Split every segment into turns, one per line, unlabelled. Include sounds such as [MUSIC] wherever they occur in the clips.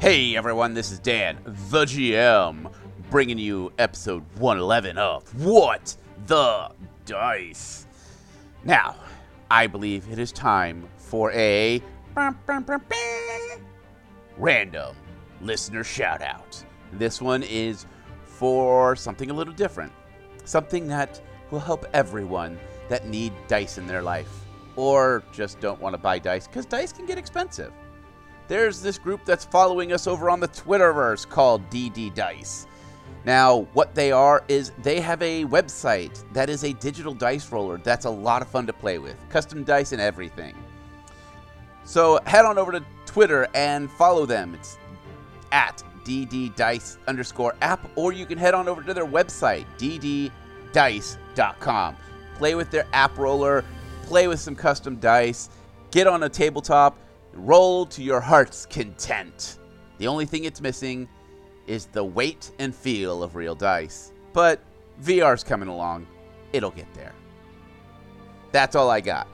Hey everyone, this is Dan, the GM, bringing you episode 111 of What the Dice. Now, I believe it is time for a random listener shout out. This one is for something a little different, something that will help everyone that need dice in their life or just don't want to buy dice because dice can get expensive there's this group that's following us over on the Twitterverse called DD Dice. Now, what they are is they have a website that is a digital dice roller that's a lot of fun to play with, custom dice and everything. So head on over to Twitter and follow them. It's at dddice underscore app, or you can head on over to their website, dddice.com. Play with their app roller, play with some custom dice, get on a tabletop, roll to your heart's content. The only thing it's missing is the weight and feel of real dice. But VR's coming along, it'll get there. That's all I got.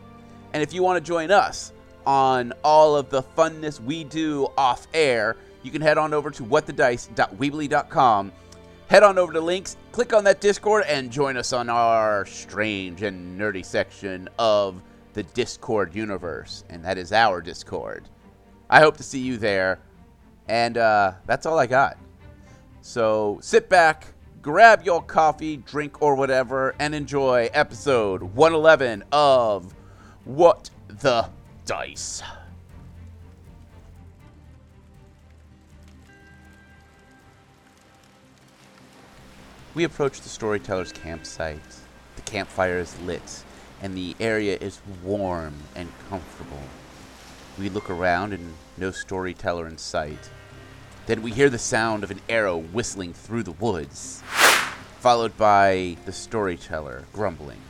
And if you want to join us on all of the funness we do off air, you can head on over to whatthedice.weebly.com. Head on over to links, click on that Discord, and join us on our strange and nerdy section of the Discord universe. And that is our Discord. I hope to see you there. And uh, that's all I got. So sit back, grab your coffee, drink, or whatever, and enjoy episode 111 of What the Dice. We approach the storyteller's campsite. The campfire is lit, and the area is warm and comfortable. We look around, and no storyteller in sight. Then we hear the sound of an arrow whistling through the woods, followed by the storyteller grumbling.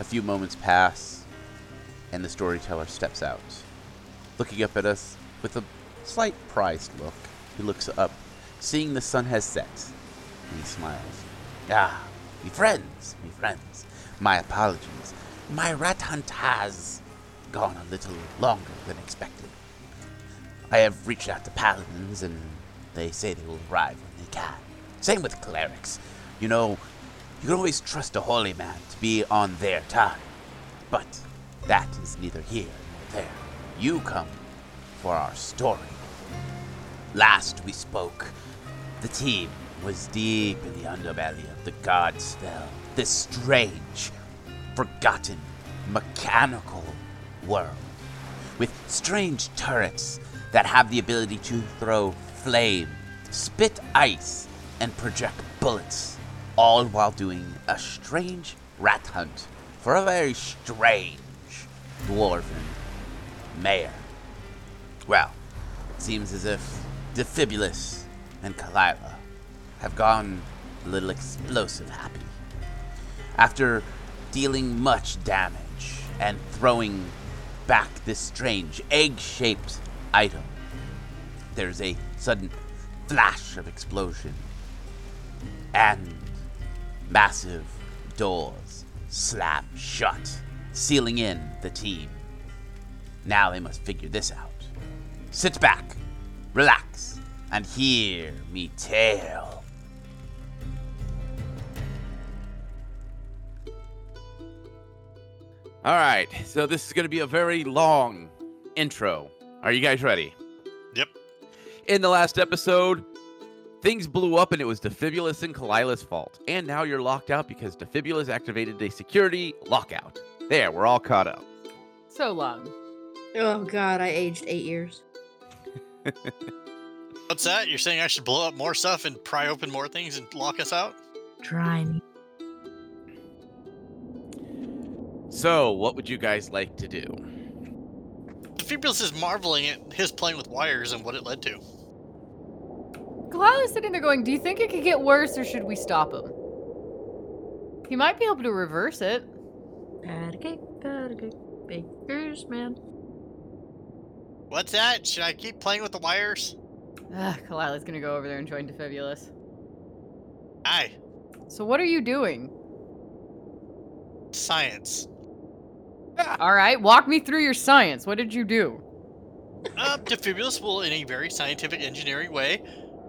A few moments pass, and the storyteller steps out. Looking up at us with a slight prized look, he looks up, seeing the sun has set, and he smiles. Ah, me friends, me friends. My apologies. My rat hunt has gone a little longer than expected. I have reached out to paladins, and they say they will arrive when they can. Same with clerics. You know, you can always trust a holy man to be on their time. But that is neither here nor there. You come for our story. Last we spoke, the team was deep in the underbelly of the god spell, this strange, forgotten, mechanical world with strange turrets that have the ability to throw flame, spit ice, and project bullets, all while doing a strange rat hunt for a very strange dwarven mayor. Well, it seems as if Defibulus and Kalila have gone a little explosive happy after dealing much damage and throwing back this strange egg shaped item. There's a sudden flash of explosion and massive doors slam shut, sealing in the team. Now they must figure this out. Sit back, relax, and hear me tell. All right, so this is going to be a very long intro. Are you guys ready?
Yep.
In the last episode, things blew up and it was Defibulus and Kalila's fault. And now you're locked out because Defibulus activated a security lockout. There, we're all caught up.
So long.
Oh god, I aged eight years.
What's that? You're saying I should blow up more stuff and pry open more things and lock us out?
Try me.
So, what would you guys like to do?
Defibulus is marveling at his playing with wires and what it led to.
Kalila's sitting there going, Do you think it could get worse or should we stop him? He might be able to reverse it.
Bad cake, bad cake, baker's man.
What's that? Should I keep playing with the wires?
Ugh, Kalila's gonna go over there and join Defibulus.
Aye.
So what are you doing?
Science.
All right, walk me through your science. What did you do?
Uh, Defibulus will, in a very scientific engineering way,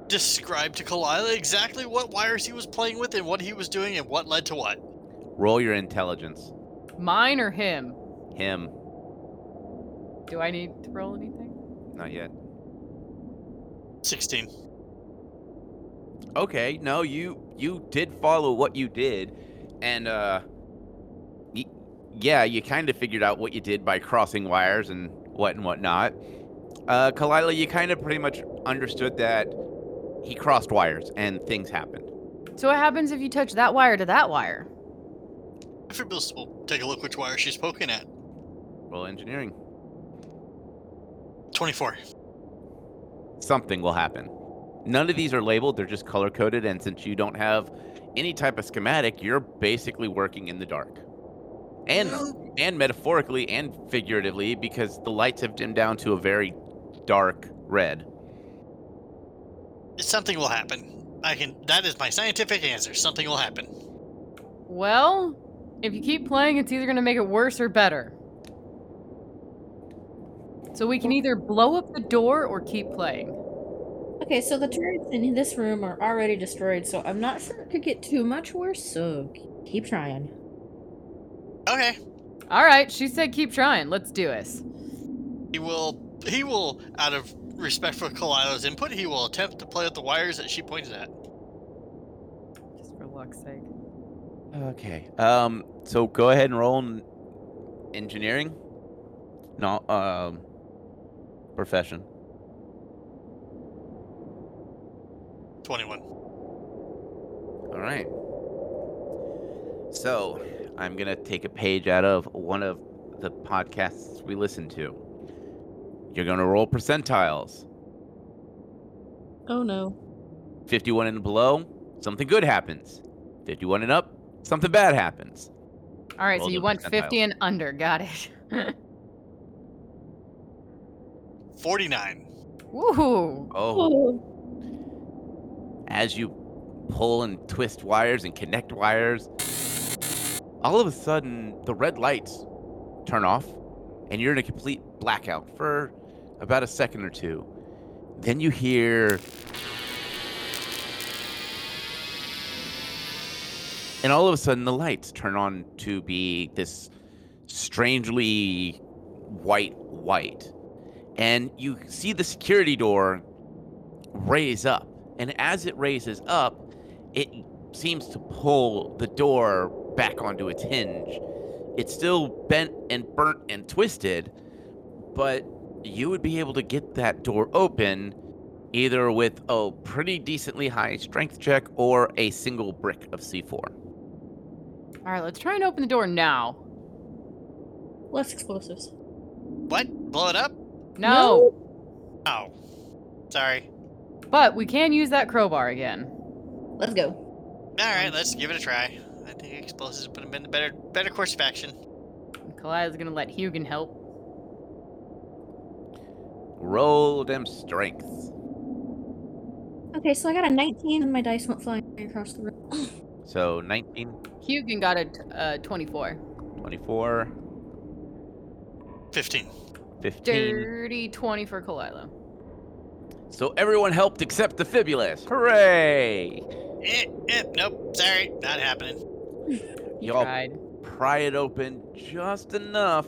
describe to Kalila exactly what wires he was playing with and what he was doing and what led to what.
Roll your intelligence.
Mine or him?
Him.
Do I need to roll anything?
Not yet.
16.
Okay, no, you you did follow what you did, and uh, y- yeah, you kind of figured out what you did by crossing wires and what and whatnot. Uh, Kalila, you kind of pretty much understood that he crossed wires and things happened.
So what happens if you touch that wire to that wire?
Defibulus will take a look which wire she's poking at.
Well, engineering,
24.
something will happen. None of these are labeled; they're just color coded, and since you don't have any type of schematic, you're basically working in the dark. And and metaphorically and figuratively because the lights have dimmed down to a very dark red.
Something will happen. I can. That is my scientific answer. Something will happen.
Well, if you keep playing, it's either going to make it worse or better. So we can either blow up the door or keep playing.
Okay, so the turrets in this room are already destroyed, so I'm not sure it could get too much worse, so keep trying.
Okay.
All right, she said keep trying. Let's do this.
He will. He will, out of respect for Kalila's input, he will attempt to play with the wires that she pointed at.
Just for luck's sake.
Okay. Um so go ahead and roll in engineering. No um profession.
21.
All right. So, I'm going to take a page out of one of the podcasts we listen to. You're going to roll percentiles.
Oh no.
51 and below, something good happens. 51 and up, something bad happens.
All right,
Roll
so you
the
want 50
percentiles.
and under. Got it. [LAUGHS]
49.
Woo.
Oh. as you pull and twist wires and connect wires, all of a sudden the red lights turn off and you're in a complete blackout for about a second or two. Then you hear. And all of a sudden the lights turn on to be this strangely white, white. And you see the security door raise up. And as it raises up, it seems to pull the door back onto its hinge. It's still bent and burnt and twisted, but you would be able to get that door open either with a pretty decently high strength check or a single brick of C4.
All right, let's try and open the door now.
Less explosives.
What? Blow it up?
No,
Oh. Sorry.
but we can use that crowbar again.
Let's go.
Alright, let's give it a try. I think explosives would have been the better better course of action.
Kalia's gonna let Hugin help.
Roll them strengths.
Okay, so I got a 19 and my dice went flying across the room. [GASPS]
So 19,
Hugin got a t- uh, 24.
24,
15.
15.
Dirty 20 for Kalila.
So everyone helped except the Fibulus. Hooray!
Eh, eh, nope. Sorry. Not happening.
He
Y'all
tried.
pry it open just enough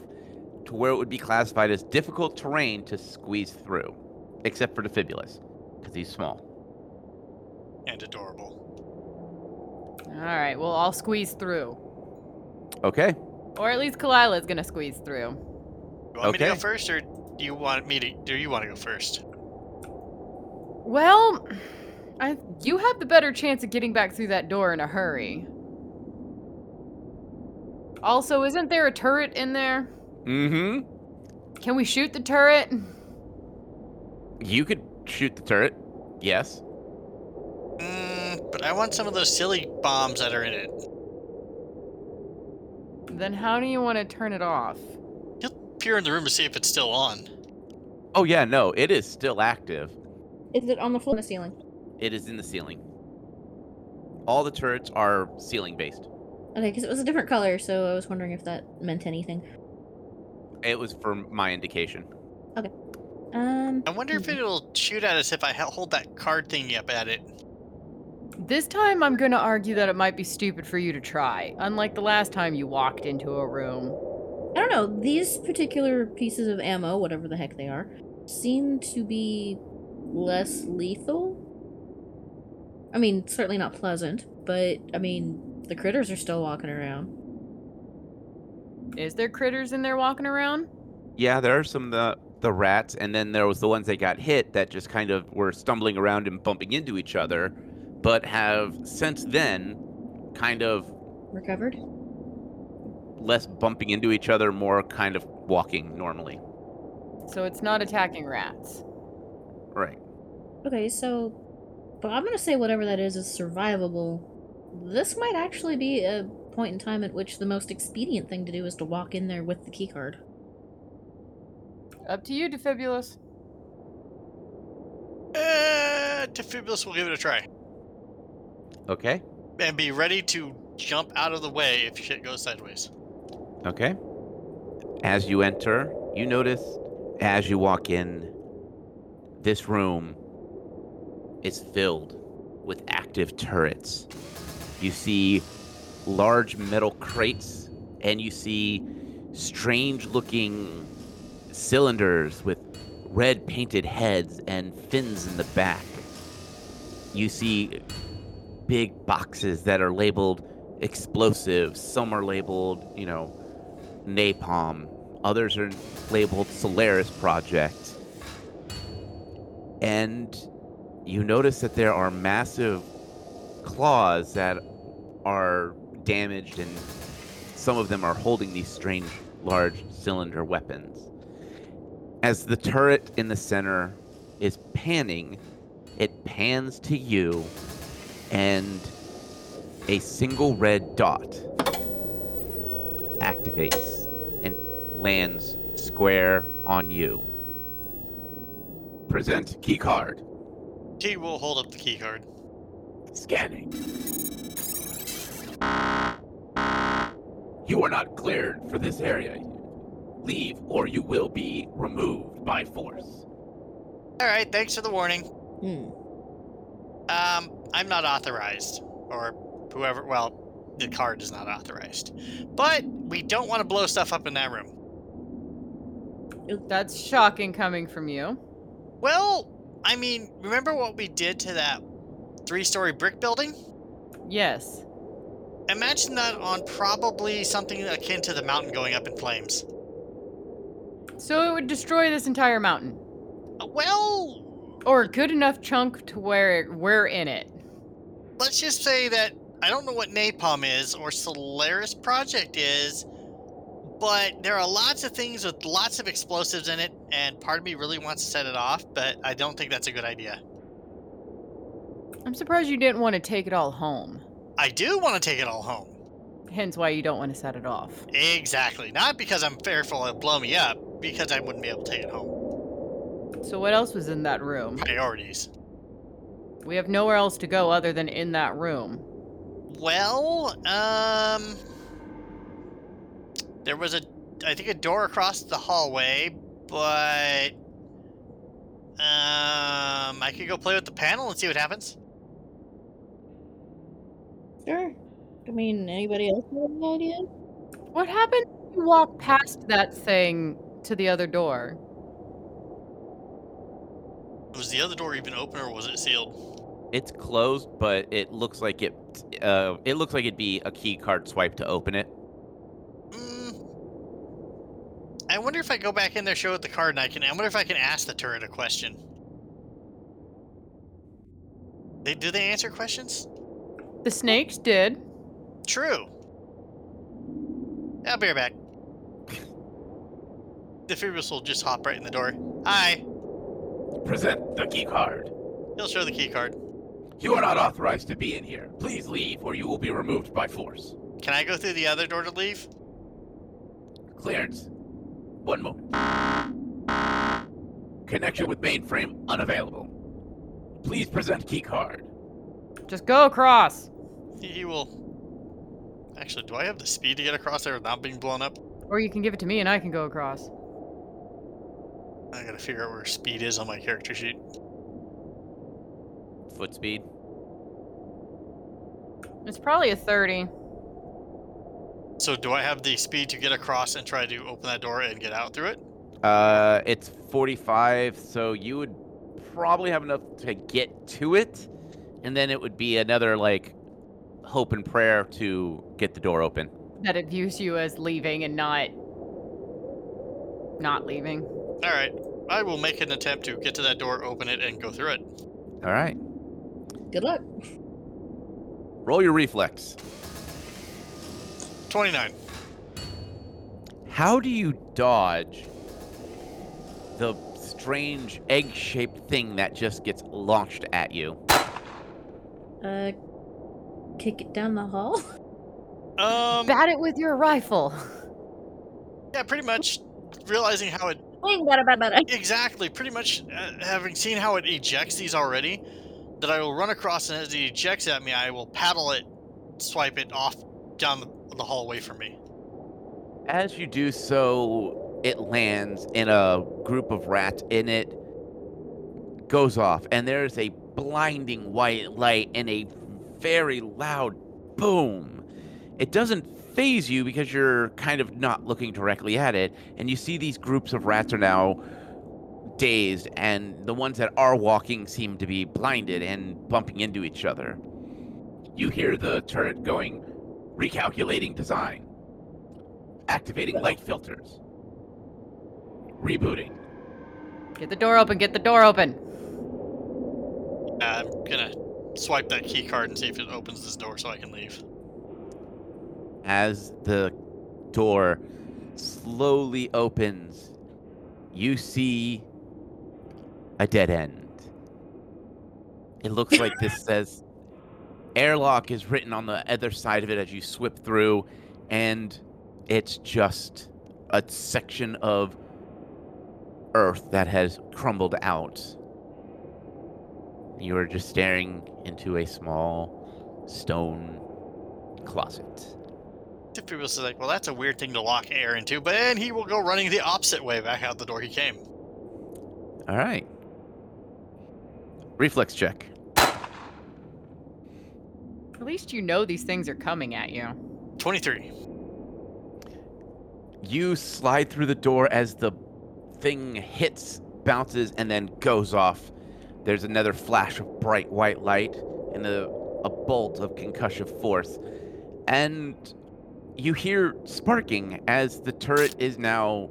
to where it would be classified as difficult terrain to squeeze through, except for Defibulus, because he's small.
And adorable.
All right, we'll all squeeze through.
Okay.
Or at least Kalila's gonna squeeze through.
You want me to go
Okay.
first or do you want me to do you want to go first?
Well, I, you have the better chance of getting back through that door in a hurry. Also, isn't there a turret in there?
Mm-hmm.
Can we shoot the turret?
You could shoot the turret. Yes.
Mm, but I want some of those silly bombs that are in it.
Then how do you want to turn it off?
Peer in the room to see if it's still on.
Oh yeah, no, it is still active.
Is it on the floor or the ceiling?
It is in the ceiling. All the turrets are ceiling based.
Okay, because it was a different color, so I was wondering if that meant anything.
It was for my indication.
Um,
I wonder if
hmm.
it'll shoot at us if I hel- hold that card thingy up at it.
This time, I'm going to argue that it might be stupid for you to try, unlike the last time you walked into a room.
I don't know. These particular pieces of ammo, whatever the heck they are, seem to be less lethal. I mean, certainly not pleasant, but I mean, the critters are still walking around.
Is there critters in there walking around?
Yeah, there are some of the the rats, and then there was the ones that got hit that just kind of were stumbling around and bumping into each other, but have since then kind of
Recovered?
less bumping into each other, more kind of walking normally.
So it's not attacking rats.
Right.
Okay, so. But I'm gonna say whatever that is is survivable. This might actually be a point in time at which the most expedient thing to do is to walk in there with the keycard.
Up to you, Defibulus.
Uh, Defibulus will give it a try
Okay.
and be ready to jump out of the way if shit goes sideways.
Okay. As you enter, you notice as you walk in, this room is filled with active turrets. You see large metal crates, and you see strange looking cylinders with red painted heads and fins in the back. You see big boxes that are labeled explosives, some are labeled, you know, napalm. Others are labeled Solaris Project. And you notice that there are massive claws that are damaged, and some of them are holding these strange large cylinder weapons. As the turret in the center is panning, it pans to you, and a single red dot activates and lands square on you. Present key card.
T will hold up the key card.
Scanning. You are not cleared for this area. Leave or you will be removed by force.
All right, thanks for the warning.
Hmm.
Um, I'm not authorized, or whoever. Well, the card is not authorized, but we don't want to blow stuff up in that room.
That's shocking coming from you.
Well, I mean, remember what we did to that three-story brick building?
Yes.
Imagine that on probably something akin to the mountain going up in flames.
So it would destroy this entire mountain,
Uh, Well,
or a good enough chunk to where it, we're in it.
let's just say that I don't know what napalm is or Solaris Project is, but there are lots of things with lots of explosives in it, and part of me really wants to set it off, but I don't think that's a good idea.
I'm surprised you didn't want to take it all home.
I do want to take it all home.
Hence why you don't want to set it off.
Exactly. Not because I'm fearful it'll blow me up, because I wouldn't be able to take it home.
So what else was in that room?
Priorities.
We have nowhere else to go other than in that room.
Well, um, there was a, I think a door across the hallway, but um, I could go play with the panel and see what happens.
Sure. I mean, anybody else have any idea?
What happened? When you walked past that thing to the other door.
Was the other door even open or was it sealed?
It's closed, but it looks like it. Uh, it looks like it'd be a key card swipe to open it.
Mm. I wonder if I go back in there, show it the card, and I can. I wonder if I can ask the turret a question. They do they answer questions?
The snakes did.
True. I'll be right back. the Furious will just hop right in the door. Hi.
Present the key card.
He'll show the key card.
You are not authorized to be in here. Please leave, or you will be removed by force.
Can I go through the other door to leave?
Clearance. One moment. Connection with mainframe unavailable. Please present key card.
Just go across.
He, he will. Actually, do I have the speed to get across there without being blown up?
Or you can give it to me and I can go across.
I gotta figure out where speed is on my character sheet.
Foot speed.
It's probably a 30.
So, do I have the speed to get across and try to open that door and get out through it?
Uh, it's 45, so you would probably have enough to get to it, and then it would be another like hope and prayer to get the door open.
That it views you as leaving and not. not leaving.
All right. I will make an attempt to get to that door, open it, and go through it.
All right,
Good luck.
roll your reflex.
29.
How do you dodge the strange egg-shaped thing that just gets launched at you?
Uh, kick it down the hall. [LAUGHS]
Um,
Bat it with your rifle.
yeah, pretty much realizing how it
Ain't got a bad bad-
exactly, pretty much uh, having seen how it ejects these already, that I will run across and as it ejects at me, I will paddle it, swipe it off down the, the hallway from me.
As you do so, it lands in a group of rats and it goes off, and there's a blinding white light and a very loud boom. It doesn't phase you because you're kind of not looking directly at it, and you see these groups of rats are now dazed, and the ones that are walking seem to be blinded and bumping into each other. You hear the turret going, recalculating design. Activating light filters. Rebooting.
Get the door open, get the door open.
I'm gonna swipe that key card and see if it opens this door so I can leave.
As the door slowly opens, you see a dead end. It looks like this says airlock is written on the other side of it as you slip through, and it's just a section of earth that has crumbled out. You are just staring into a small stone closet.
If people say like, well, that's a weird thing to lock air into, but then he will go running the opposite way back out the door he came.
All right. Reflex check.
At least you know these things are coming at you.
23.
You slide through the door as the thing hits, bounces, and then goes off. There's another flash of bright white light and a, a bolt of concussive force. And you hear sparking as the turret is now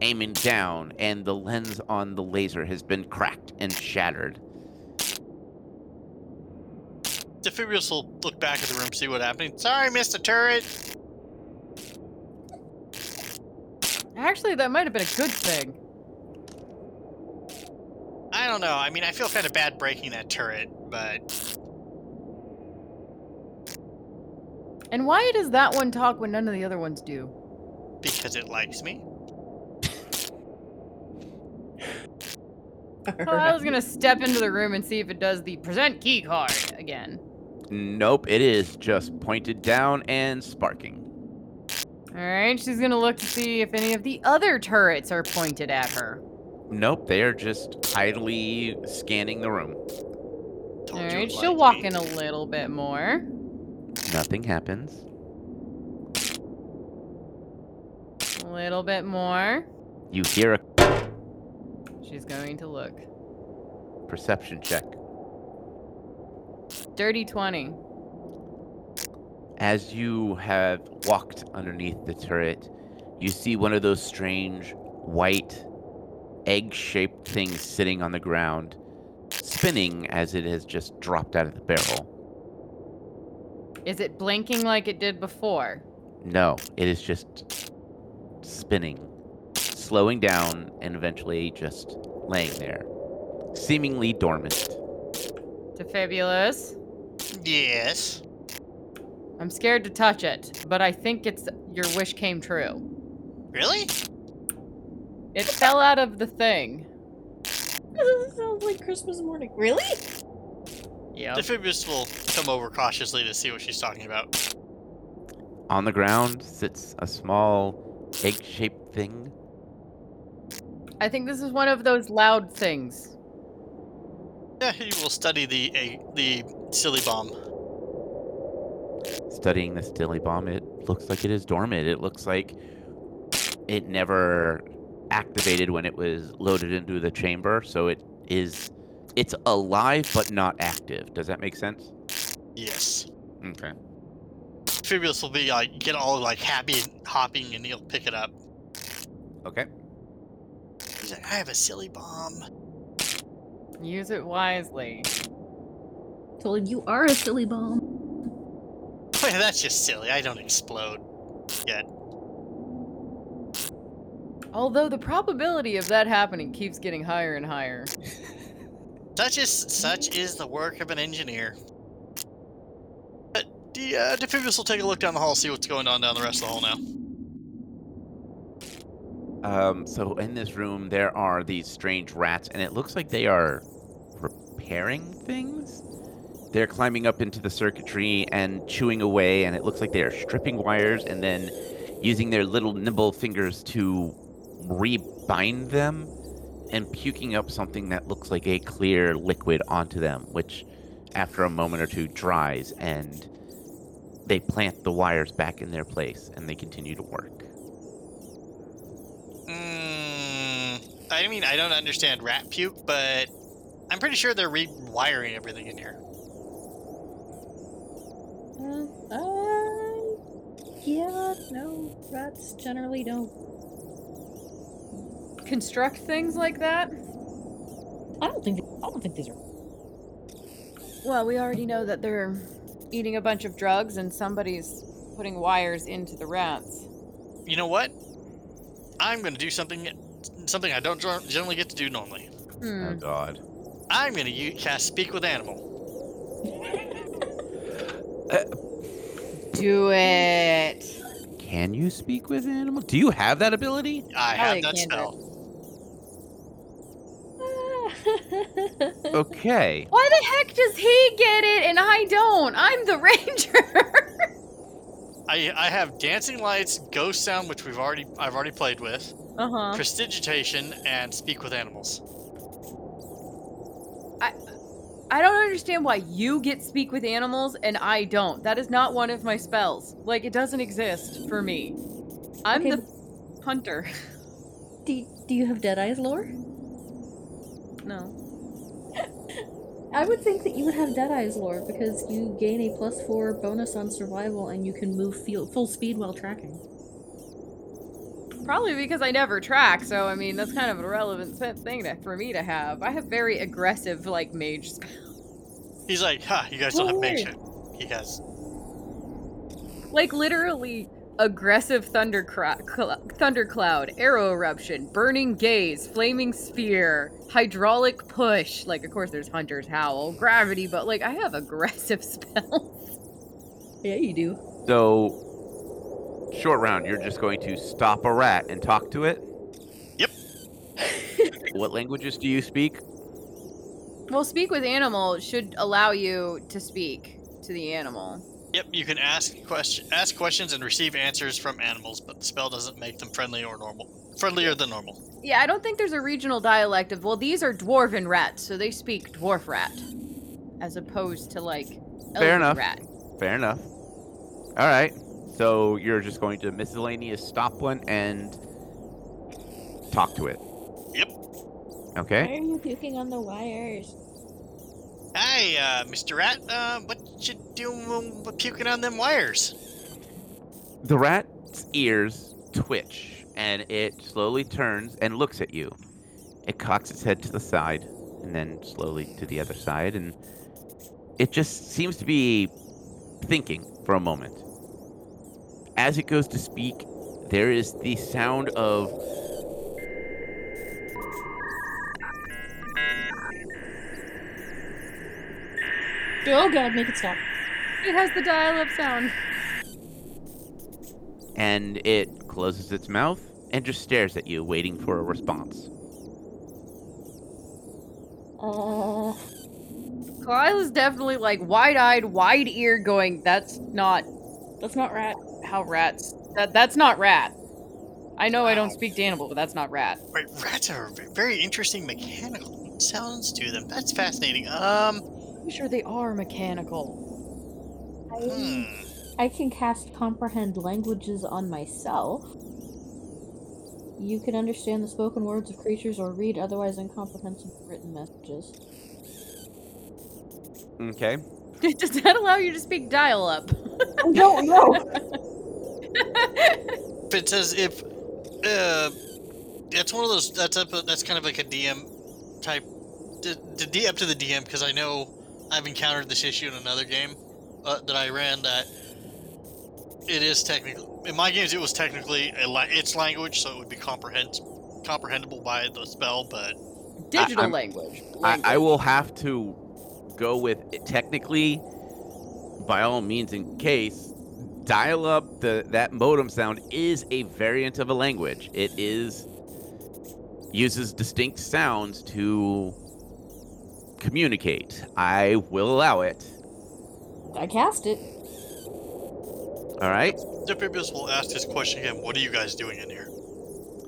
aiming down, and the lens on the laser has been cracked and shattered.
Defibrius will look back at the room, see what happened. Sorry, Mr. Turret.
Actually, that might have been a good thing.
I don't know. I mean, I feel kind of bad breaking that turret, but
And why does that one talk when none of the other
[LAUGHS]
ones do?
because it likes me.
Well, I
[LAUGHS]
was gonna step into the room and see if it does the present key card again.
Nope, it is just pointed down and sparking.
All right, she's gonna look to see if any of the other turrets are pointed at her.
Nope, they are just idly scanning the room.
Told you
All
it
right, she'll
liked
walk
me.
in a little bit more.
Nothing happens.
A little bit more.
You hear a
She's going to look.
perception check.
Dirty 20.
As you have walked underneath the turret, you see one of those strange white egg shaped things sitting on the ground, spinning as it has just dropped out of the barrel.
Is it blinking like it did before?
No, it is just spinning, slowing down, and eventually just laying there, seemingly dormant.
To Fabulous.
Yes.
I'm scared to touch it, but I think it's your wish came true.
Really?
It fell out of the thing.
sounds like Christmas morning. Really?
Yep.
Amphibious will come over cautiously to see what she's talking about.
On the ground sits a small egg shaped thing.
I think this is one of those loud things.
Yeah, he will study the a, the silly bomb.
Studying this dilly bomb, it looks like it is dormant. It looks like it never activated when it was loaded into the chamber, so it is it's alive but not active. Does that make sense?
Yes.
Okay.
Amphibious will be like get all like happy and hopping, and he'll pick it up.
Okay.
He's like, I have a silly bomb. [LAUGHS]
Use it wisely.
Told him you are a silly bomb.
That's just silly. I don't explode.
Although the probability of that happening keeps getting higher and higher.
Such is such is the work of an engineer. But the uh, Defibrius will take a look down the hall, see what's going on down the rest of the hall now.
Um, so in this room there are these strange rats, and it looks like they are repairing things. They're climbing up into the circuitry and chewing away, and it looks like they are stripping wires and then using their little nimble fingers to rebind them and puking up something that looks like a clear liquid onto them, which after a moment or two dries and they plant the wires back in their place and they continue to work.
Mm, I mean, I don't understand rat puke, but I'm pretty sure they're rewiring everything in here.
Uh,
Hmm.
uh, yeah, no, rats generally don't.
Construct things like that?
I don't think. I don't think [LAUGHS] these are.
Well, we already know that they're eating a bunch of drugs and somebody's putting wires into the rats.
You know what? I'm gonna do something, something I don't gen- generally get to do normally.
Hmm.
god.
I'm gonna u- cast Speak with Animal.
Do it.
Can you speak with animals? Do you have that
[LAUGHS]
ability?
I
Hell,
have
you
that
can do it.
spell.
Okay.
Why the heck does he get it and I don't? I'm the [LAUGHS] ranger.
I I have Dancing Lights, Ghost Sound, which we've already I've already played with,
uh huh.
Prestidigitation, and Speak with Animals.
I don't understand why you get speak with animals and I don't. That is not one of my spells. Like it doesn't exist for me. I'm
Okay,
the hunter. [LAUGHS]
Do, do you have dead eyes lore?
No.
I would think that you would have dead eyes lore because you gain a plus four bonus on survival and you can move feel, full speed while tracking.
Probably because I never track, so I mean that's kind of an irrelevant se- thing to, for me to have. I have very aggressive like mage spells.
He's like, huh, you guys don't have
Weird.
makeshift. He has.
like literally aggressive thunder cra- cl- thundercloud, arrow eruption, burning gaze, flaming spear, hydraulic push. Like of course there's hunter's howl, gravity, but like I have aggressive [LAUGHS] spells.
Yeah, you do.
So, short round, you're just going to stop a rat and talk to it?
Yep.
[LAUGHS] what languages do you speak?
Well, speak with animal should allow you to speak to the animal.
Yep, you can ask question, ask questions, and receive answers from animals, but the spell doesn't make them friendly or normal. Friendlier than normal.
Yeah, I don't think there's a regional dialect of well, these are dwarven rats, so they speak dwarf rat, as opposed to like
Oh,
elven
enough.
rat.
Fair enough. All right. So, you're just going to miscellaneous stop one and talk to it.
Yep.
Okay.
are you puking on the wires?
Hey, uh, Mr. Rat, uh, what you doing with puking on them wires?
The rat's ears twitch and it slowly turns and looks at you. It cocks its head to the side and then slowly to the other side and it just seems to be thinking for a moment. As it goes to speak, there is the sound of
Oh god, make it stop.
It has the dial-up sound.
and it closes its mouth and just stares at you waiting for a response.
Uh,
Lyle is definitely like wide-eyed, wide-eared, going, "That's not, that's not rat. How rats? That that's not rat. I know I don't
Wow.
speak to animal, but that's not rat.
Right, rats are v- very interesting mechanical sounds to them. That's fascinating. Um,
I'm sure they are mechanical.
I,
hmm.
I can cast comprehend languages on myself. You can understand the spoken words of creatures or read otherwise incomprehensible written messages.
Okay.
[LAUGHS] Does that allow you to speak dial-up?
I don't know.
If it says if, uh, it's one of those. That's up. That's kind of like a DM type. The, the D up to the DM because I know I've encountered this issue in another game uh, that I ran. That it is technically in my games. It was technically a la- its language, so it would be comprehend comprehensible by the spell. But
Digital
I'm-
language.
I, I
Language.
will have to go with it. technically, by all means, in case dial up the that modem sound is a variant of a language. It is uses distinct sounds to communicate. I will allow it.
I cast it.
All right.
Defibulus will ask this question again. What are you guys doing in here?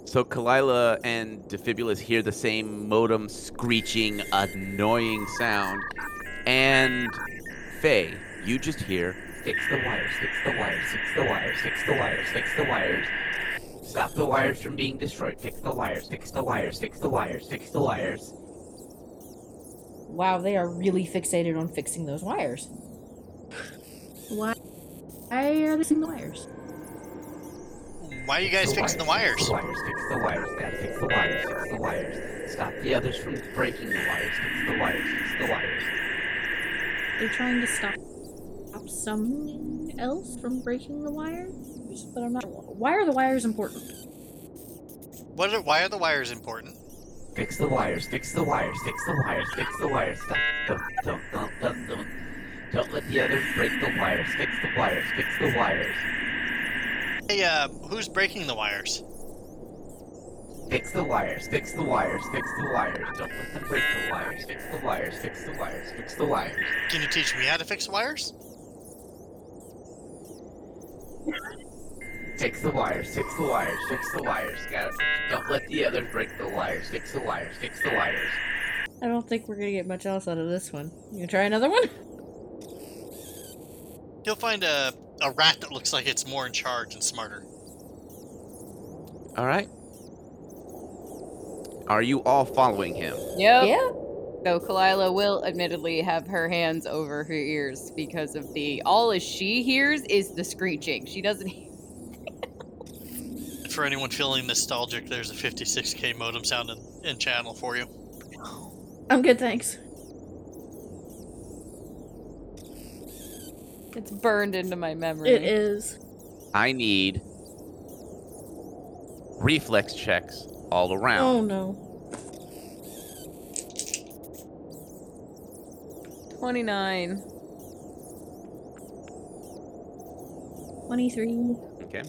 So Kalila and Defibulus hear the same modem screeching, annoying sound. And Faye, you just hear
Fix the wires, fix the wires, fix the wires, fix the wires, fix the wires. Stop the wires from being destroyed. Fix the wires, fix the wires, fix the wires, fix the wires.
Wow, they are really fixated on fixing those wires. Why? Why are they fixing the wires?
Why are you guys fixing the
Fix
wires?
the wires, fix the wires, gotta fix the wires, fix the wires. Stop the others from breaking the wires, fix the wires, fix the wires.
They're trying to stop, stop someone else from breaking the wires, but I'm not. Why are the wires important?
What are, why are the wires important?
Fix the wires, fix the wires, fix the wires, fix the wires. Stop. Don't, don't, don't, don't, don't. Don't let the others break the wires. Fix the wires, fix the wires.
Hey, uh, who's breaking the wires?
Fix the wires, fix the wires, fix the wires. Don't let them break the wires. Fix the wires, fix the wires, fix the wires.
Can you teach me how to fix wires?
Fix the wires, fix the wires, fix the wires. Gotta, don't let the others break the wires. Fix the wires, fix the wires.
I don't think we're gonna get much else out of this one. You gonna try another one?
You'll find a, a rat that looks like it's more in charge and smarter.
All right. Are you all following him?
Yep.
Yeah.
So Kalila will admittedly have her hands over her ears because of the all as she hears is the screeching. She doesn't
For anyone feeling nostalgic, there's a 56k modem sound in, in channel for you.
I'm good, thanks.
[LAUGHS] it's burned into my memory.
It is.
I need reflex checks all
Oh
around.
no.
29.
Twenty-three.
Okay.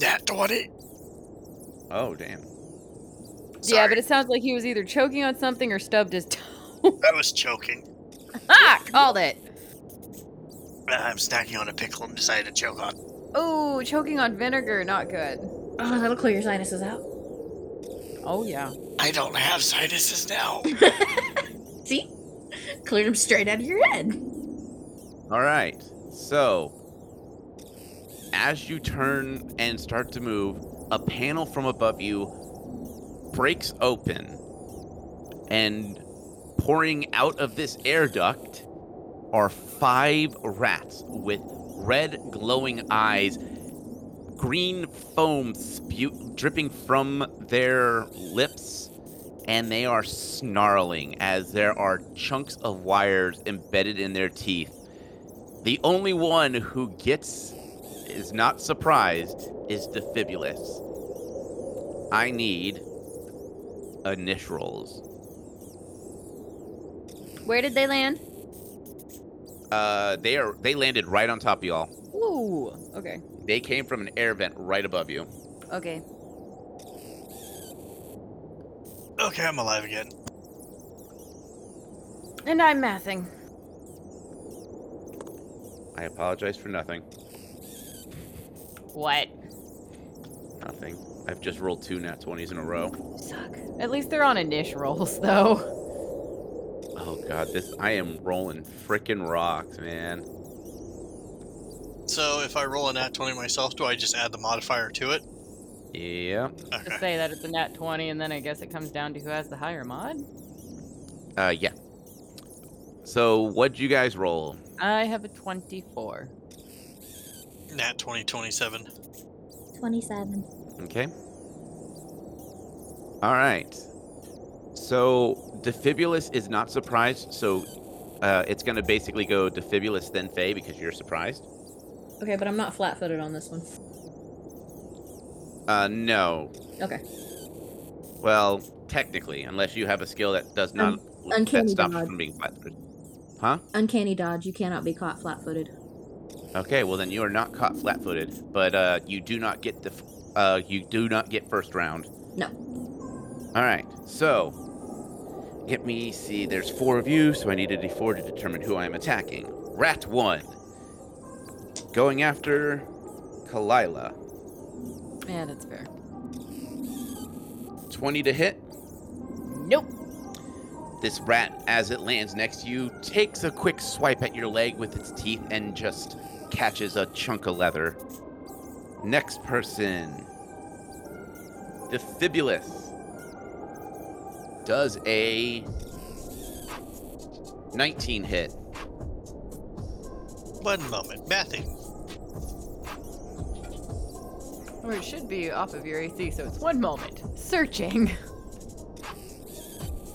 That 20!
Oh damn.
Yeah, but it sounds like he was either choking on something or stubbed his [LAUGHS] toe.
I was choking.
ah, called it.
I'm snacking on a pickle and decided to choke on.
Oh, choking on vinegar, not good.
Oh, that'll clear your sinuses out.
Oh yeah.
I don't have sinuses now.
See, [LAUGHS] cleared them straight out of your head.
All right. So, as you turn and start to move, a panel from above you breaks open, and pouring out of this air duct are five rats with red glowing eyes, green foam spew- dripping from their lips. And they are snarling as there are chunks of wires embedded in their teeth. The only one who gets is not surprised is Defibulus. I need initials.
Where did they land?
Uh, they are they landed right on top of y'all.
Ooh. Okay.
They came from an air vent right above you.
Okay.
Okay, I'm alive again.
And I'm mathing.
I apologize for nothing.
What?
Nothing. I've just rolled two nat 20s in a row.
Suck. At least they're on initial rolls, [LAUGHS] though.
Oh god, this I am rolling frickin' rocks, man.
So if I roll a nat 20 myself, do I just add the modifier to it?
Yeah.
Okay.
Just say that it's a nat 20, and then I guess it comes down to who has the higher mod.
Uh yeah. So what'd you guys roll?
I have a 24.
Nat 20, 27.
27.
Okay. Alright. So Defibulus is not surprised, so uh, it's gonna basically go Defibulus then Faye because you're surprised.
Okay, but I'm not flat footed on this one.
Uh no.
Okay.
Well, technically, unless you have a skill that does not
Un- uncanny
that stops
dodge.
from being flat-footed.
Uncanny dodge. You cannot be caught flat footed.
Okay, well then you are not caught flat-footed, but uh, you do not get the f- uh, you do not get first round.
No.
All right, so get me see. There's four of you, so I need a d4 to determine who I am attacking. Rat one, going after Kalila.
Yeah, that's fair.
Twenty to hit.
Nope.
This rat, as it lands next to you, takes a quick swipe at your leg with its teeth and just catches a chunk of leather. Next person. Defibulus does a 19 hit.
One moment. Matthew.
Or it should be off of your AC, so it's one moment. Searching.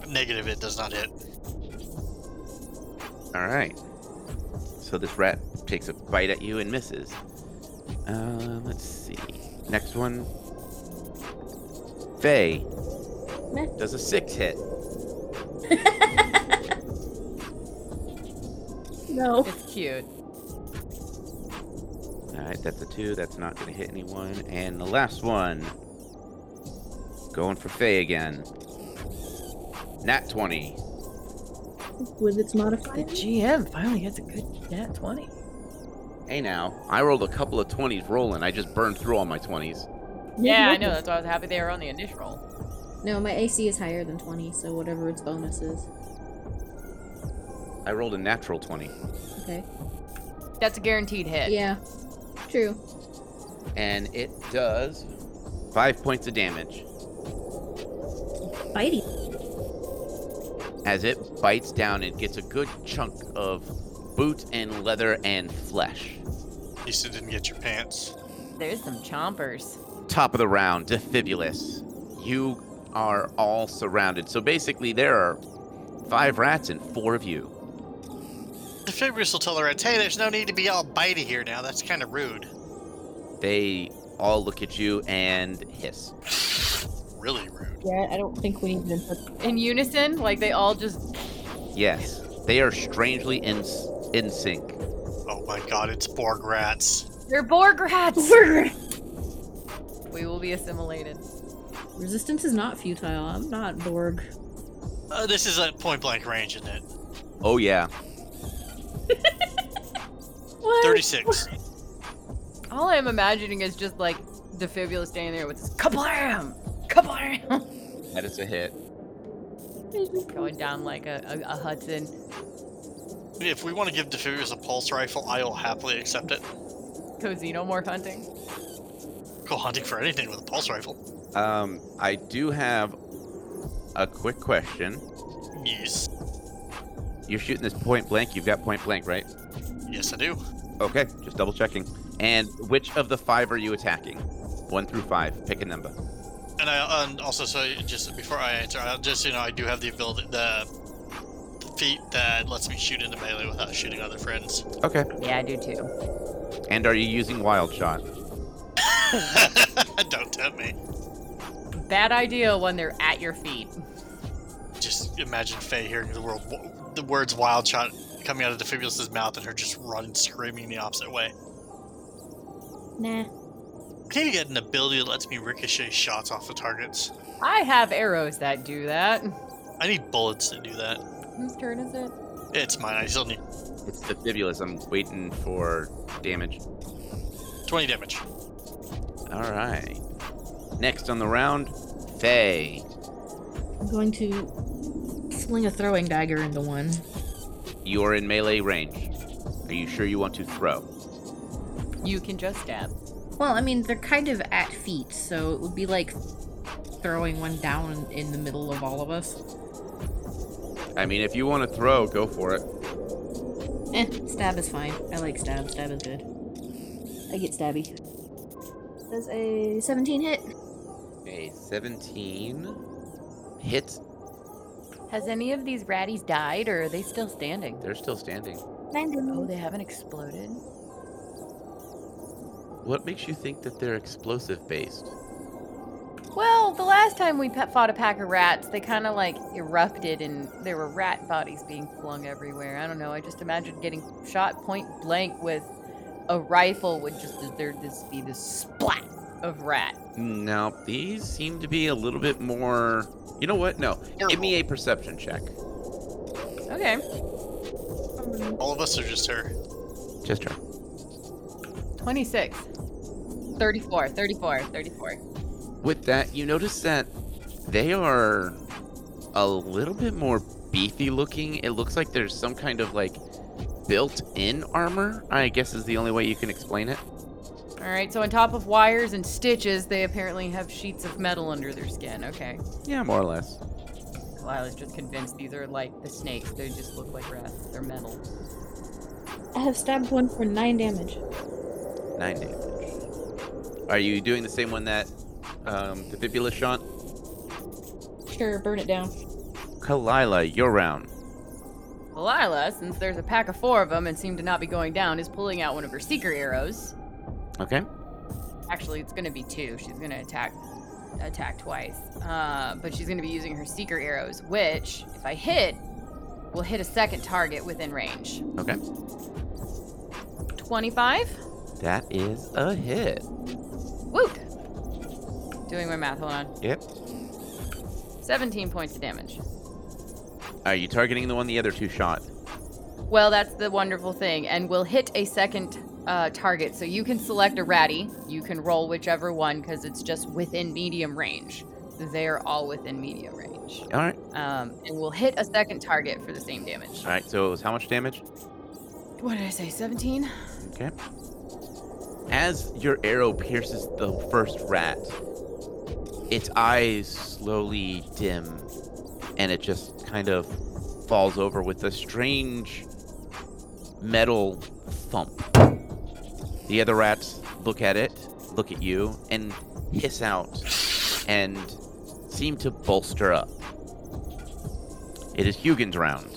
Negative, it does not hit.
All right. So this rat takes a bite at you and misses. Um, let's see. Next one. Faye
Meh.
does a six hit.
No.
It's cute.
All right, that's a two. That's not going to hit anyone. And the last one, going for Faye again. Nat 20.
With its modifier?
GM finally gets a good nat 20.
Hey now, I rolled a couple of 20s rolling. I just burned through all my 20s.
Yeah, I know. That's why I was happy they were on the initial roll.
No, my AC is higher than 20, so whatever its bonus is.
I rolled a natural 20.
Okay.
That's a guaranteed hit.
Yeah. True.
And it does five points of damage
Bitey.
as it bites down and gets a good chunk of boot and leather and flesh.
You still didn't get your pants.
There's some chompers.
top of the round, Defibulus. You are all surrounded. So basically, there are five rats and four of you.
The Fibrous will tell the rats, hey, there's no need to be all bitey here now. That's kind of rude.
They all look at you and hiss.
Really rude.
Yeah, I don't think we need to put
In unison, like they all just.
Yes, they are strangely in, in sync.
Oh my god, it's Borg rats.
They're Borg [LAUGHS] rats! we will be assimilated.
Resistance is not futile. I'm not Borg.
Uh, this is a point blank range, isn't it?
Oh, yeah.
36.
All I'm imagining is just like the fibula standing there with this kablam! [LAUGHS] Kablam!
That is a hit.
Going down like a, a, a Hudson.
If we want to give Defibrius a pulse rifle, I will happily accept it.
Go xenomorph hunting.
Go hunting for anything with a pulse rifle.
Um, I do have a quick question.
Yes.
You're shooting this point blank. You've got point blank, right?
Yes, I do.
Okay, just double checking. And which of the five are you attacking? One through five. Pick a number.
And I and also so just before I answer, I'll just you know I do have the ability the feat that lets me shoot into melee without shooting other friends. [LAUGHS]
Okay.
Yeah, I do too.
And are you using wild shot?
Don't tempt me.
Bad idea when they're at your feet.
Just imagine Faye hearing the world, the words "wild shot" coming out of Defibulus's mouth, and her just running screaming the opposite way.
Nah.
I need to get an ability that lets me ricochet shots off the targets.
I have arrows that do that.
I need bullets that do that.
Whose turn is it?
It's mine. I still need
It's the fibulous. I'm waiting for damage.
20 damage.
All right. Next on the round, Faye.
I'm going to sling a throwing dagger into one.
You are in melee range. Are you sure you want to throw?
You can just stab.
Well, I mean, they're kind of at feet, so it would be like throwing one down in the middle of all of us.
I mean, if you want to throw, go for it.
Eh, stab is fine. I like stab. Stab is good. I get stabby.
Does a 17 hit?
A 17 hit.
Has any of these ratties died or are they still standing?
They're still standing.
Nine
Oh,
damage.
they haven't exploded.
What makes you think that they're explosive based?
Well, the last time we pet fought a pack of rats, they kind of like erupted and there were rat bodies being flung everywhere. I don't know. I just imagined getting shot point blank with a rifle would just there'd just be this splat of rat.
No, these seem to be a little bit more. You know what? No. Give me a perception check.
Okay.
All of us are just her.
Just her.
26. 34, 34, 34.
With that, you notice that they are a little bit more beefy looking. It looks like there's some kind of like built in armor, I guess is the only way you can explain it.
All right, so on top of wires and stitches, they apparently have sheets of metal under their skin. Okay.
Yeah, more or less.
Well, I was just convinced these are like the snakes. They just look like rats. They're metal.
I have stabbed one for nine damage.
Nine damage. Are you doing the same one that um, the Fibula shot?
Sure, burn it down.
Kalila, your round.
Lila, since there's a pack of four of them and seem to not be going down, is pulling out one of her seeker arrows.
Okay.
Actually, it's going to be two. She's going to attack attack twice, uh, but she's going to be using her seeker arrows, which, if I hit, will hit a second target within range.
Okay.
Twenty-five.
That is a hit.
Woot. Doing my math. Hold on.
Yep.
Seventeen points of damage.
Are you targeting the one the other two shot?
Well, that's the wonderful thing, and we'll hit a second uh, target. So you can select a ratty. You can roll whichever one because it's just within medium range. They're all within medium range.
All right.
Um, and we'll hit a second target for the same damage.
All right. So it was how much damage?
What did I say? 17?
Okay. As your arrow pierces the first rat, its eyes slowly dim and it just kind of falls over with a strange metal thump. The other rats look at it, look at you, and hiss out and seem to bolster up. It is Hugin's round.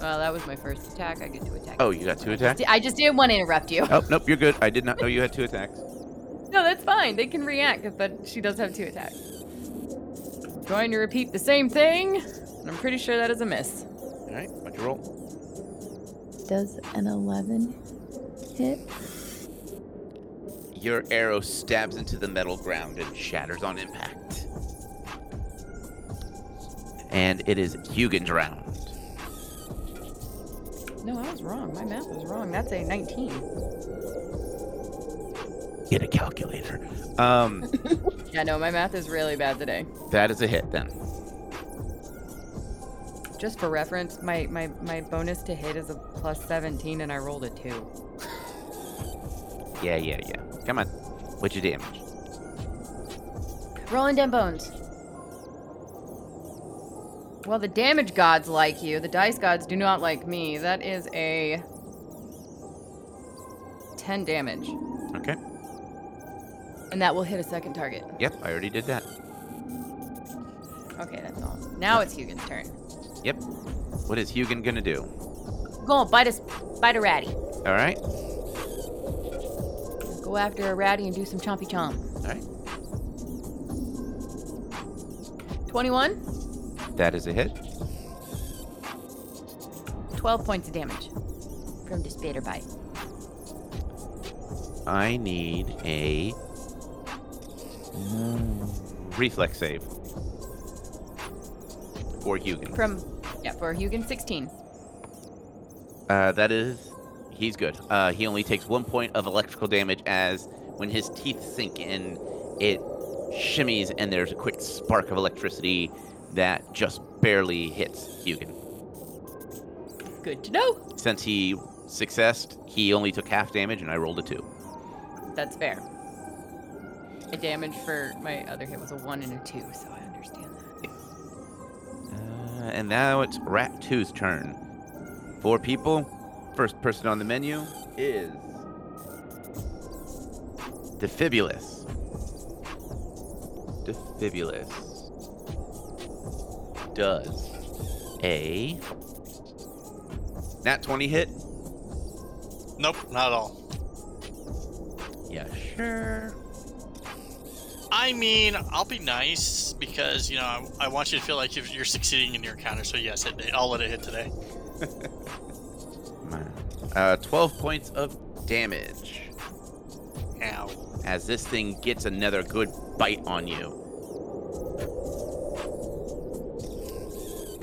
Well, that was my first attack. I get to attack.
Oh, you got two attacks?
I just didn't want to interrupt you. [LAUGHS]
Oh, nope, you're good. I did not know you had two attacks.
No, that's fine. They can react, but she does have two attacks. Going to repeat the same thing, and I'm pretty sure that is a miss.
All right, what'd you roll?
Does an 11 hit?
Your arrow stabs into the metal ground and shatters on impact. And it is Hugin's round.
No, I was wrong. My math was wrong. That's a 19.
Get a calculator. Um,
Yeah, no, my math is really bad today.
that is a hit then.
Just for reference, my, my, my bonus to hit is a plus 17, and I rolled a 2.
Yeah, yeah, yeah. Come on. What's your damage?
Rolling down bones. Well, the damage gods like you. The dice gods do not like me. That is a 10 damage.
Okay.
And that will hit a second target.
Yep, I already did that.
Okay, that's all. Now it's Hugin's turn.
Yep. What is Hugin gonna do?
Go on, bite us, bite a ratty.
All right. All
Go after a ratty and do some chompy chomp.
right.
21,
That is a hit.
12 points of damage from Dispater Bite.
I need a reflex save for Hugin.
From, yeah, for Hugin, 16.
Uh, that is, he's good. Uh, he only takes one point of electrical damage as when his teeth sink in, it shimmies and there's a quick spark of electricity that just barely hits Hugin.
Good to know.
Since he successed, he only took half damage and I rolled a two.
That's fair. The damage for my other hit was a one and a two, so I understand that.
Uh, and now it's Rat 2's turn. Four people. First person on the menu is Defibulus. Defibulus does a nat 20 hit.
Nope, not at all.
Yeah, sure.
I mean, I'll be nice because you know I, I want you to feel like you've- you're succeeding in your encounter. So yes, it, I'll let it hit today.
Uh, 12 points of damage.
Ow. [LAUGHS]
as this thing gets another good bite on you.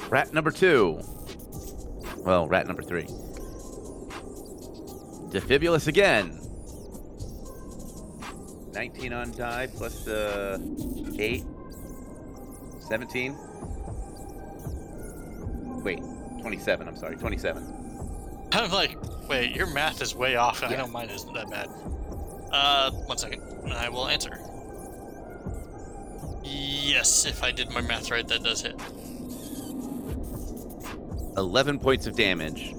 Rat number two. Well, rat number three. Defibulus again. 19 on die plus the 8. 17. Wait, 27. I'm sorry, 27.
I'm like, wait, your math is way off. and I know mine isn't that bad. Uh, one second, and I will answer. Yes, if I did my math right, that does hit.
11 points of damage.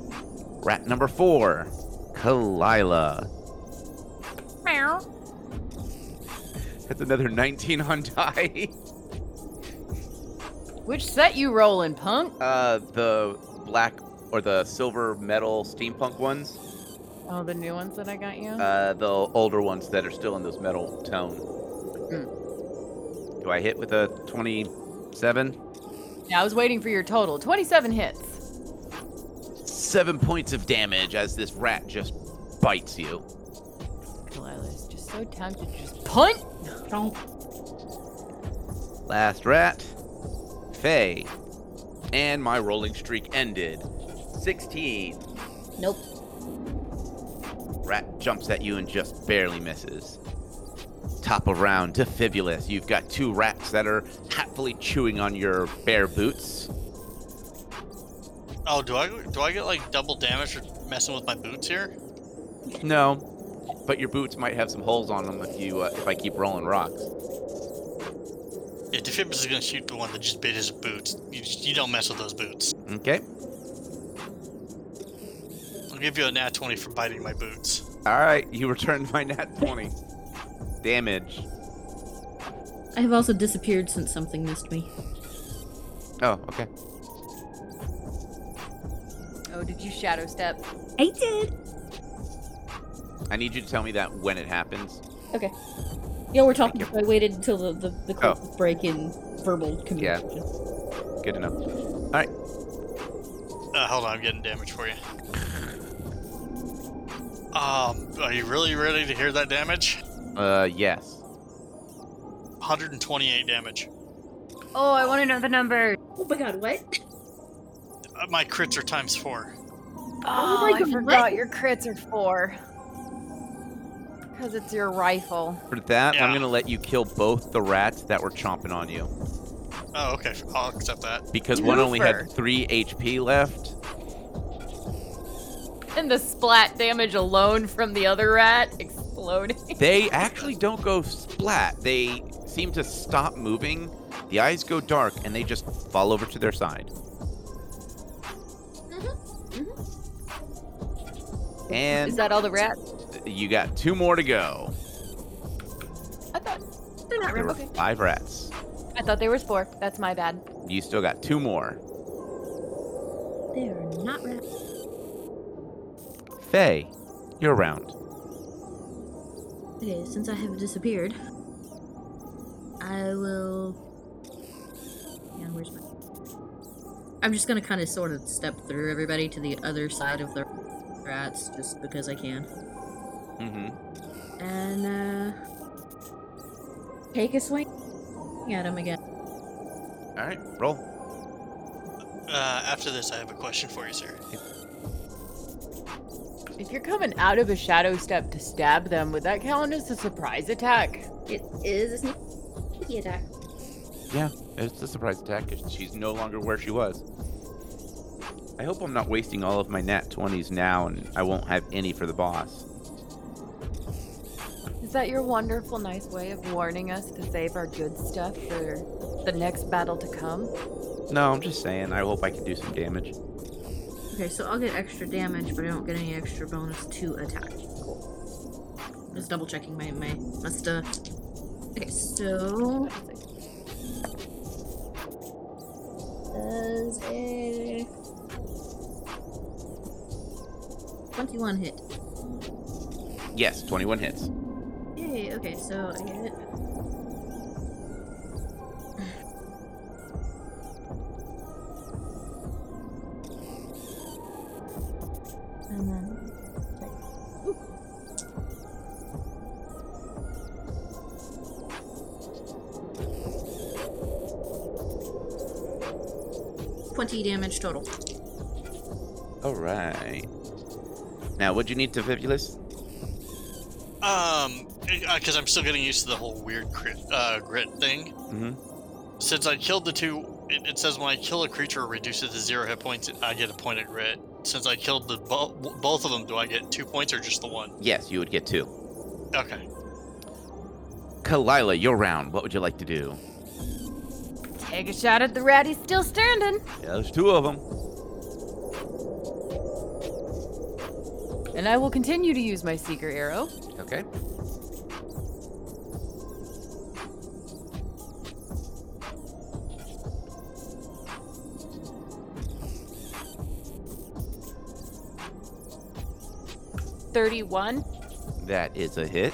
Rat number four. Kalila. That's another 19 on [LAUGHS] die.
Which set you rolling, punk?
Uh, the black or the silver metal steampunk ones.
Oh, the new ones that I got
Oh.
you.
Uh, the older ones that are still in those metal tone. Do I hit with a 27?
yeah, I was waiting for your total. Twenty-seven hits.
Seven points of damage as this rat just bites you.
Kalila is just so tempted to just punt.
Last rat, Faye. And my rolling streak ended. 16.
Nope.
Rat jumps at you and just barely misses. Top of round, Defibulous. You've got two rats that are happily chewing on your bare boots.
Oh, do I do I get like double damage for messing with my boots here?
No, but your boots might have some holes on them if you uh, if I keep rolling rocks.
Yeah, Defibus is gonna shoot the one that just bit his boots. You, just- you don't mess with those boots.
Okay.
I'll give you a nat 20 for biting my boots.
All right, you [LAUGHS] returned my nat 20 damage.
I have also disappeared since something missed me.
Oh, okay.
Oh, did you shadow step?
I did.
I need you to tell me that when it happens.
Yeah, we're talking. I waited until the the, the
Oh.
quick break in verbal
Yeah.
communication.
Good enough.
Uh, hold on, I'm getting damage for you. Um, are you really ready to hear that damage?
Uh, yes.
128 damage.
Oh, I want to know the number.
Oh my god, what?
Uh, my crits are times four.
Oh, I forgot your crits are four.
Because it's your rifle.
For that, I'm
Yeah.
gonna let you kill both the rats that were chomping on you
Oh, okay. I'll accept that.
because one only had
Twofer.
three HP left.
And the splat damage alone from the other rat exploding.
They actually don't go splat. They seem to stop moving. The eyes go dark and they just fall over to their side. And
Is that all the rats?
you got two more to go.
I thought
They're not
There
real.
were
Okay.
five rats.
I thought there was four. That's my bad.
You still got two more.
They are not real.
Faye, your round.
Okay, since I have disappeared, I will. Yeah, where's my?
I'm just gonna kind of sort of step through everybody to the other side of the rats, just because I can.
Mm-hmm.
And uh,
Take a swing at him again.
All right, roll.
Uh, after this, I have a question for you, sir.
If you're coming out of a shadow step to stab them, would that count as a surprise attack?
It is a sneaky attack.
Yeah, it's a surprise attack. 'cause She's no longer where she was. I hope I'm not wasting all of my nat 20s now and I won't have any for the boss.
Is that your wonderful, nice way of warning us to save our good stuff for the next battle to come?
No, I'm just saying. I hope I can do some damage.
Okay, so I'll get extra damage, but I don't get any extra bonus to attack. Cool. Just double checking my my my stuff. Okay, so
Does a
twenty-one hit.
Yes, 21 hits.
Yay, okay, so I get
and then
twenty damage total.
All right. Now, what'd you need to Vivulus?
Um, because I'm still getting used to the whole weird crit, uh, grit thing.
Mm-hmm.
Since I killed the two, it, it says when I kill a creature or reduce it to zero hit points, I get a point of grit. Since I killed the bo- both of them, do I get two points or just the one?
Yes, you would get two.
Okay.
Kalila, your round. What would you like to do?
Take a shot at the rat, he's still standing.
Yeah, there's two of them.
And I will continue to use my seeker arrow.
Okay.
Thirty-one.
That is a hit.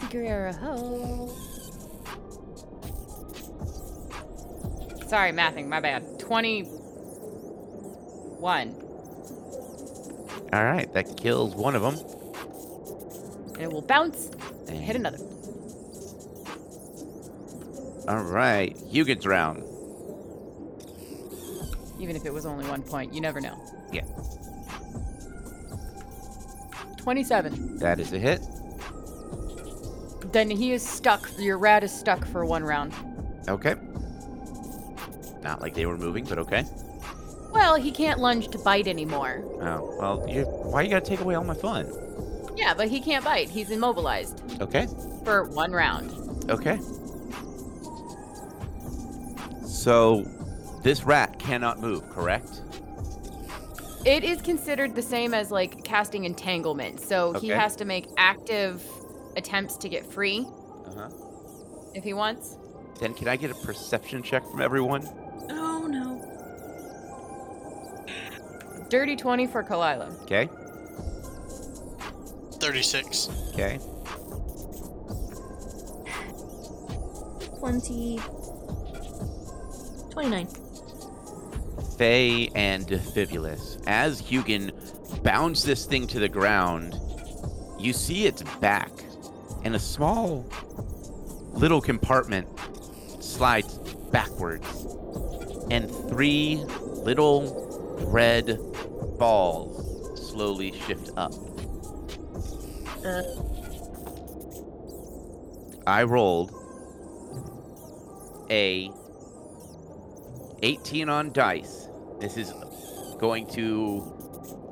Seeker arrow. ho. Sorry, mathing. My bad. Twenty-one.
All right, that kills one of them.
And it will bounce and hit another.
All right, Hugin's round.
Even if it was only one point, you never know.
Yeah.
Twenty-seven.
That is a hit.
Then he is stuck. Your rat is stuck for one round.
Okay. Not like they were moving, but okay.
Well, he can't lunge to bite anymore.
Oh, well, you why you gotta take away all my fun?
Yeah, but he can't bite. He's immobilized
Okay,
for one round.
okay. So, this rat cannot move, correct?
It is considered the same as like casting entanglement. So he
Okay.
has to make active attempts to get free
Uh huh.
if he wants.
Then can I get a perception check from everyone?
Oh no.
Dirty 20 for Kalila.
Okay,
36.
okay.
twenty.
Twenty-nine.
Fay and Defibulus. As Hugin bounds this thing to the ground, you see its back, and a small little compartment slides backwards, and three little red balls slowly shift up.
Uh.
I rolled a 18 on dice. This is going to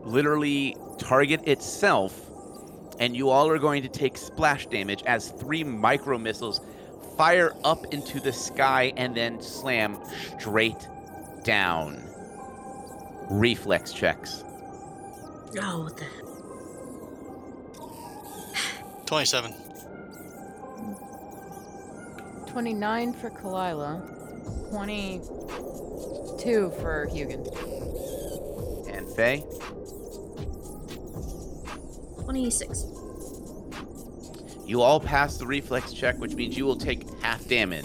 literally target itself, and you all are going to take splash damage as three micro missiles fire up into the sky and then slam straight down. Reflex checks.
Oh what the heck?
27.
29 for Kalila. 22 for Hugin.
And Faye?
Twenty-six.
You all pass the reflex check, which means you will take half damage.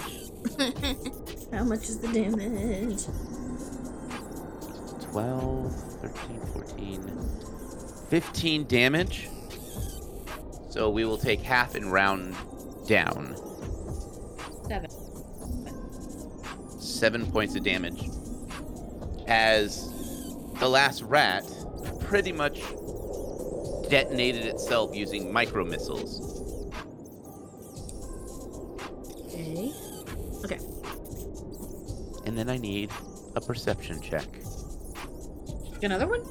How much is the damage?
12, 13, 14, 15 damage. So we will take half and round down.
Seven.
Seven points of damage. As the last rat
pretty much detonated itself using micro missiles.
Okay.
And then I need a perception check
Another one?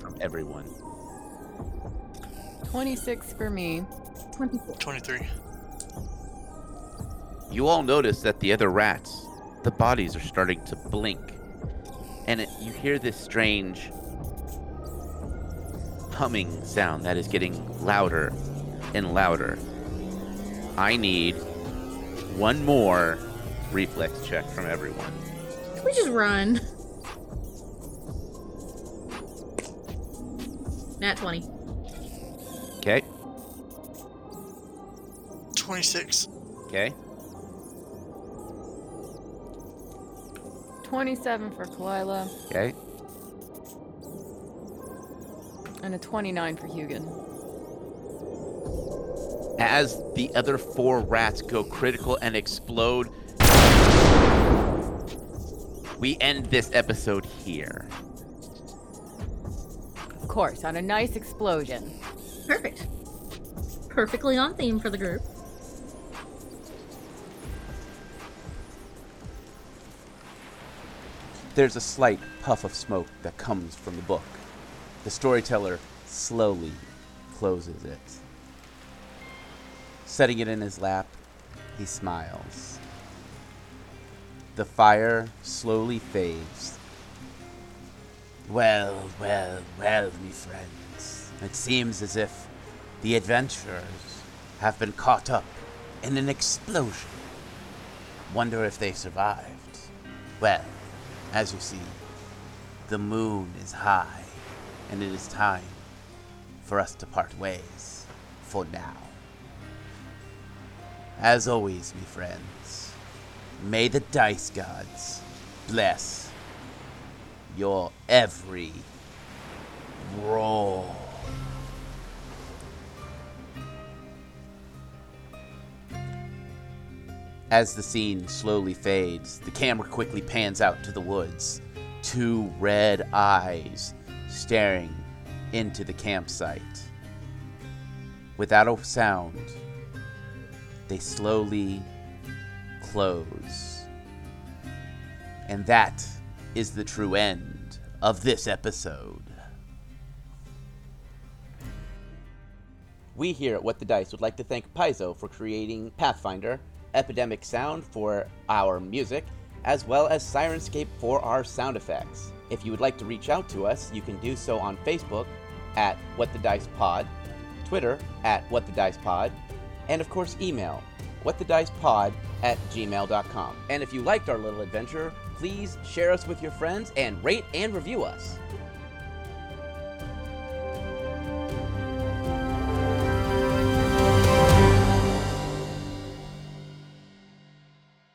from everyone.
26 for me.
24.
23.
You all notice that the other rats, the bodies are starting to blink. And it, you hear this strange humming sound that is getting louder and louder. I need one more reflex check from everyone.
Can we just run? Nat 20.
Okay?
26.
Okay?
27 for Kalila.
Okay?
And a 29 for Hugin.
as the other four rats go critical and explode. We end this episode here.
Of course, on a nice explosion.
Perfect. Perfectly on theme for the group.
There's a slight puff of smoke that comes from the book. The storyteller slowly closes it. Setting it in his lap, he smiles. The fire slowly fades. Well, well, well, me friends. It seems as if the adventurers have been caught up in an explosion. Wonder if they survived. Well, as you see, the moon is high, and it is time for us to part ways for now. As always, me friends, may the dice gods bless your every roll. As the scene slowly fades, the camera quickly pans out to the woods. Two red eyes staring into the campsite. Without a sound, they slowly close. And that is the true end of this episode. We here at What the Dice would like to thank Paizo for creating Pathfinder, Epidemic Sound for our music, as well as Sirenscape for our sound effects. If you would like to reach out to us, you can do so on Facebook at What the Dice Pod, Twitter at What the Dice Pod, and of course email whatthedicepod at gmail.com. And if you liked our little adventure, please share us with your friends and rate and review us.